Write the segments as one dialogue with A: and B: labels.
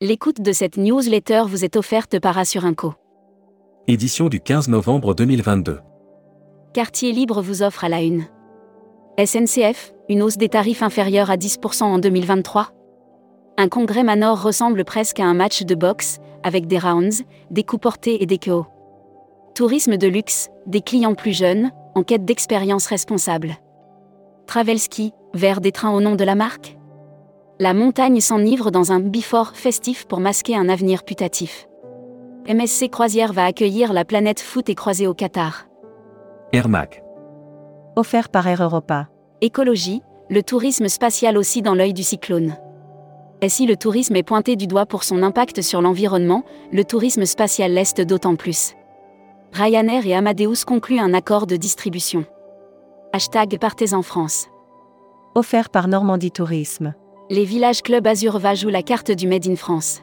A: L'écoute de cette newsletter vous est offerte par Assurinco.
B: Édition du 15 novembre 2022.
A: Quartier Libre vous offre à la une. SNCF, une hausse des tarifs inférieure à 10% en 2023. Un congrès Manor ressemble presque à un match de boxe, avec des rounds, des coups portés et des KO. Tourisme de luxe, des clients plus jeunes, en quête d'expériences responsables. Travelski, vers des trains au nom de la marque la montagne s'enivre dans un before festif pour masquer un avenir putatif. MSC Croisière va accueillir la planète foot et croisée au Qatar.
B: Airmac.
C: Offert par Air Europa.
A: Écologie, le tourisme spatial aussi dans l'œil du cyclone. Et si le tourisme est pointé du doigt pour son impact sur l'environnement, le tourisme spatial l'est d'autant plus. Ryanair et Amadeus concluent un accord de distribution. Hashtag Partez en France.
C: Offert par Normandie Tourisme.
A: les villages Club Azurva jouent la carte du Made in France.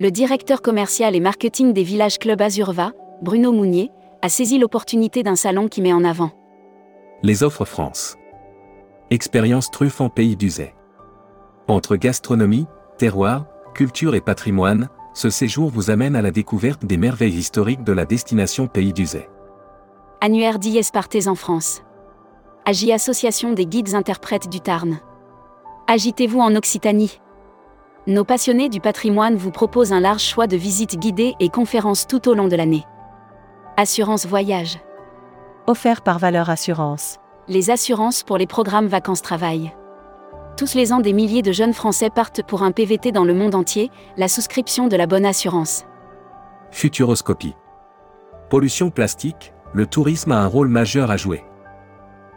A: Le directeur commercial et marketing des villages Club Azurva, Bruno Mounier, a saisi l'opportunité d'un salon qui met en avant.
B: Les offres France. Expérience truffe en pays d'Uzet. Entre gastronomie, terroir, culture et patrimoine, ce séjour vous amène à la découverte des merveilles historiques de la destination pays d'Uzet.
A: Annuaire d'IS Partez en France. AGI Association des guides interprètes du Tarn. Agitez-vous en Occitanie. Nos passionnés du patrimoine vous proposent un large choix de visites guidées et conférences tout au long de l'année. Assurance voyage.
C: Offert par Valeur Assurance.
A: les assurances pour les programmes vacances-travail. Tous les ans, des milliers de jeunes Français partent pour un PVT dans le monde entier, la souscription de la bonne assurance.
B: Futuroscopie. Pollution plastique, le tourisme a un rôle majeur à jouer.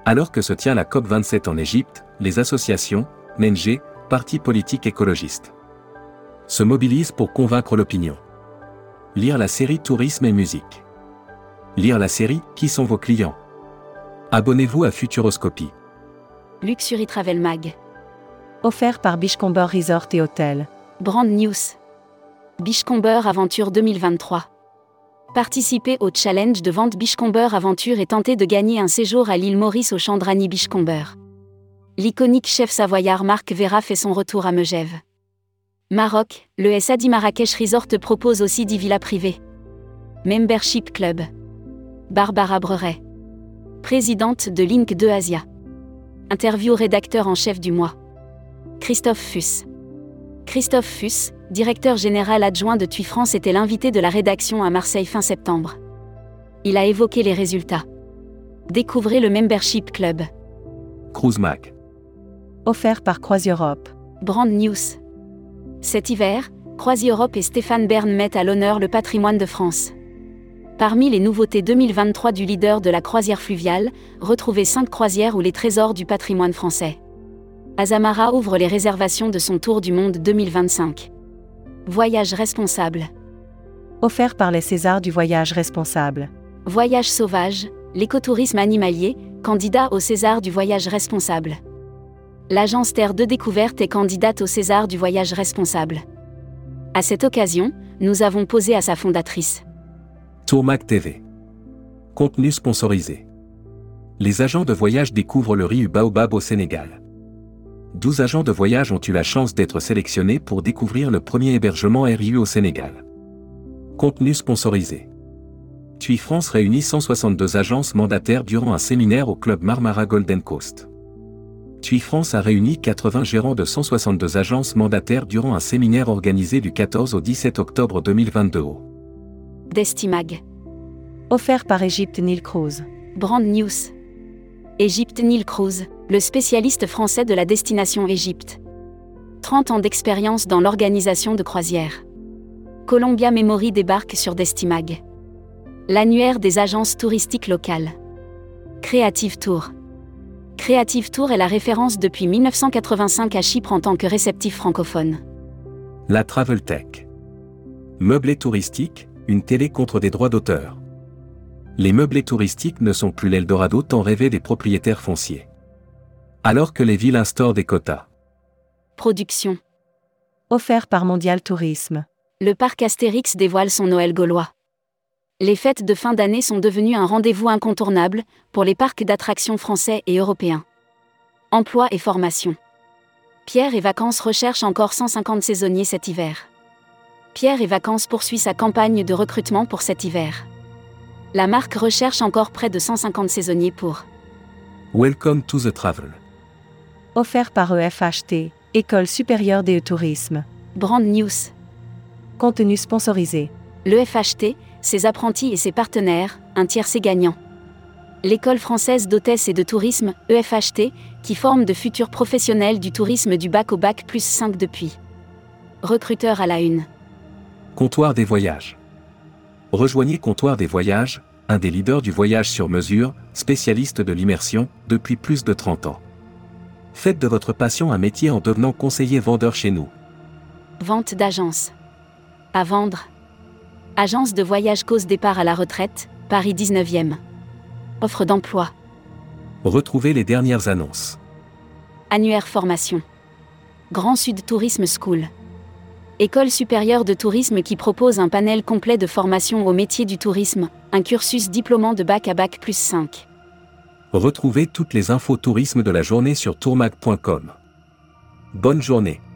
B: Alors que se tient la COP27 en Égypte, les associations, NG, partis politiques écologistes, se mobilisent pour convaincre l'opinion. Lire la série Tourisme et musique. Lire la série Qui sont vos clients Abonnez-vous à Futuroscopie.
A: Luxury Travel Mag.
C: Offert par Bichcombeur Resort et Hôtel.
A: Brand News. Bichcomber Aventure 2023. Participez au challenge de vente Bichcomber Aventure et tentez de gagner un séjour à l'île Maurice au Chandrani Bichcomber. L'iconique chef savoyard Marc Vera fait son retour à Megève. Maroc, le Saadi Marrakech Resort propose aussi 10 villas privées. Membership Club. Barbara Breret. Présidente de Link 2 Asia. Interview rédacteur en chef du mois. Christophe Fuss. Christophe Fuss, directeur général adjoint de TUI France, était l'invité de la rédaction à Marseille fin septembre. Il a évoqué les résultats. Découvrez le Membership Club.
B: Cruise Mac.
C: Offert par Croise Europe.
A: Brand News. Cet hiver, Croisi Europe et Stéphane Bern mettent à l'honneur le patrimoine de France. Parmi les nouveautés 2023 du leader de la croisière fluviale, retrouvez 5 croisières ou les trésors du patrimoine français. Azamara ouvre les réservations de son Tour du Monde 2025. Voyage responsable.
C: Offert par les Césars du Voyage Responsable.
A: Voyage sauvage, l'écotourisme animalier, candidat au César du voyage responsable. L'agence Terre de Découverte est candidate au César du voyage responsable. À cette occasion, nous avons posé à sa fondatrice.
B: Tourmac TV. Contenu sponsorisé. Les agents de voyage découvrent le Riu Baobab au Sénégal. 12 agents de voyage ont eu la chance d'être sélectionnés pour découvrir le premier hébergement RIU au Sénégal. Contenu sponsorisé. TUI France réunit 162 agences mandataires durant un séminaire au club Marmara Golden Coast. TUI France a réuni 80 gérants de 162 agences mandataires durant un séminaire organisé du 14 au 17 octobre 2022 au
A: Destimag.
C: Offert par Égypte Nile Cruise.
A: Brand News. Égypte Nile Cruz, le spécialiste français de la destination Égypte. 30 ans d'expérience dans l'organisation de croisières. Columbia Memory débarque sur Destimag. L'annuaire des agences touristiques locales. Creative Tour. Creative Tour est la référence depuis 1985 à Chypre en tant que réceptif francophone.
B: La Travel Tech. Meublé touristique, une télé contre des droits d'auteur. Les meublés touristiques ne sont plus l'Eldorado tant rêvé des propriétaires fonciers. Alors que les villes instaurent des quotas.
A: Production.
C: Offert par Mondial Tourisme.
A: Le parc Astérix dévoile son Noël gaulois. Les fêtes de fin d'année sont devenues un rendez-vous incontournable pour les parcs d'attractions français et européens. Emploi et formation. Pierre et Vacances recherchent encore 150 saisonniers cet hiver. Pierre et Vacances poursuit sa campagne de recrutement pour cet hiver. La marque recherche encore près de 150 saisonniers pour
B: Welcome to the travel.
C: Offert par E EFHT, École supérieure des tourisme.
A: Brand News.
C: Contenu sponsorisé.
A: Le FHT, ses apprentis et ses partenaires, un tiercé gagnant. L'école française d'hôtesse et de tourisme, E EFHT, qui forme de futurs professionnels du tourisme du bac au bac plus 5 depuis. Recruteur à la une.
B: Comptoir des voyages. Rejoignez Comptoir des voyages, un des leaders du voyage sur mesure, spécialiste de l'immersion, depuis plus de 30 ans. Faites de votre passion un métier en devenant conseiller vendeur chez nous.
A: Vente d'agence. À vendre. Agence de voyage cause départ à la retraite, Paris 19e. Offre d'emploi.
B: Retrouvez les dernières annonces.
A: Annuaire formation. Grand Sud Tourisme School. École supérieure de tourisme qui propose un panel complet de formation au métier du tourisme, un cursus diplômant de bac à bac plus 5.
B: Retrouvez toutes les infos tourisme de la journée sur tourmac.com. Bonne journée.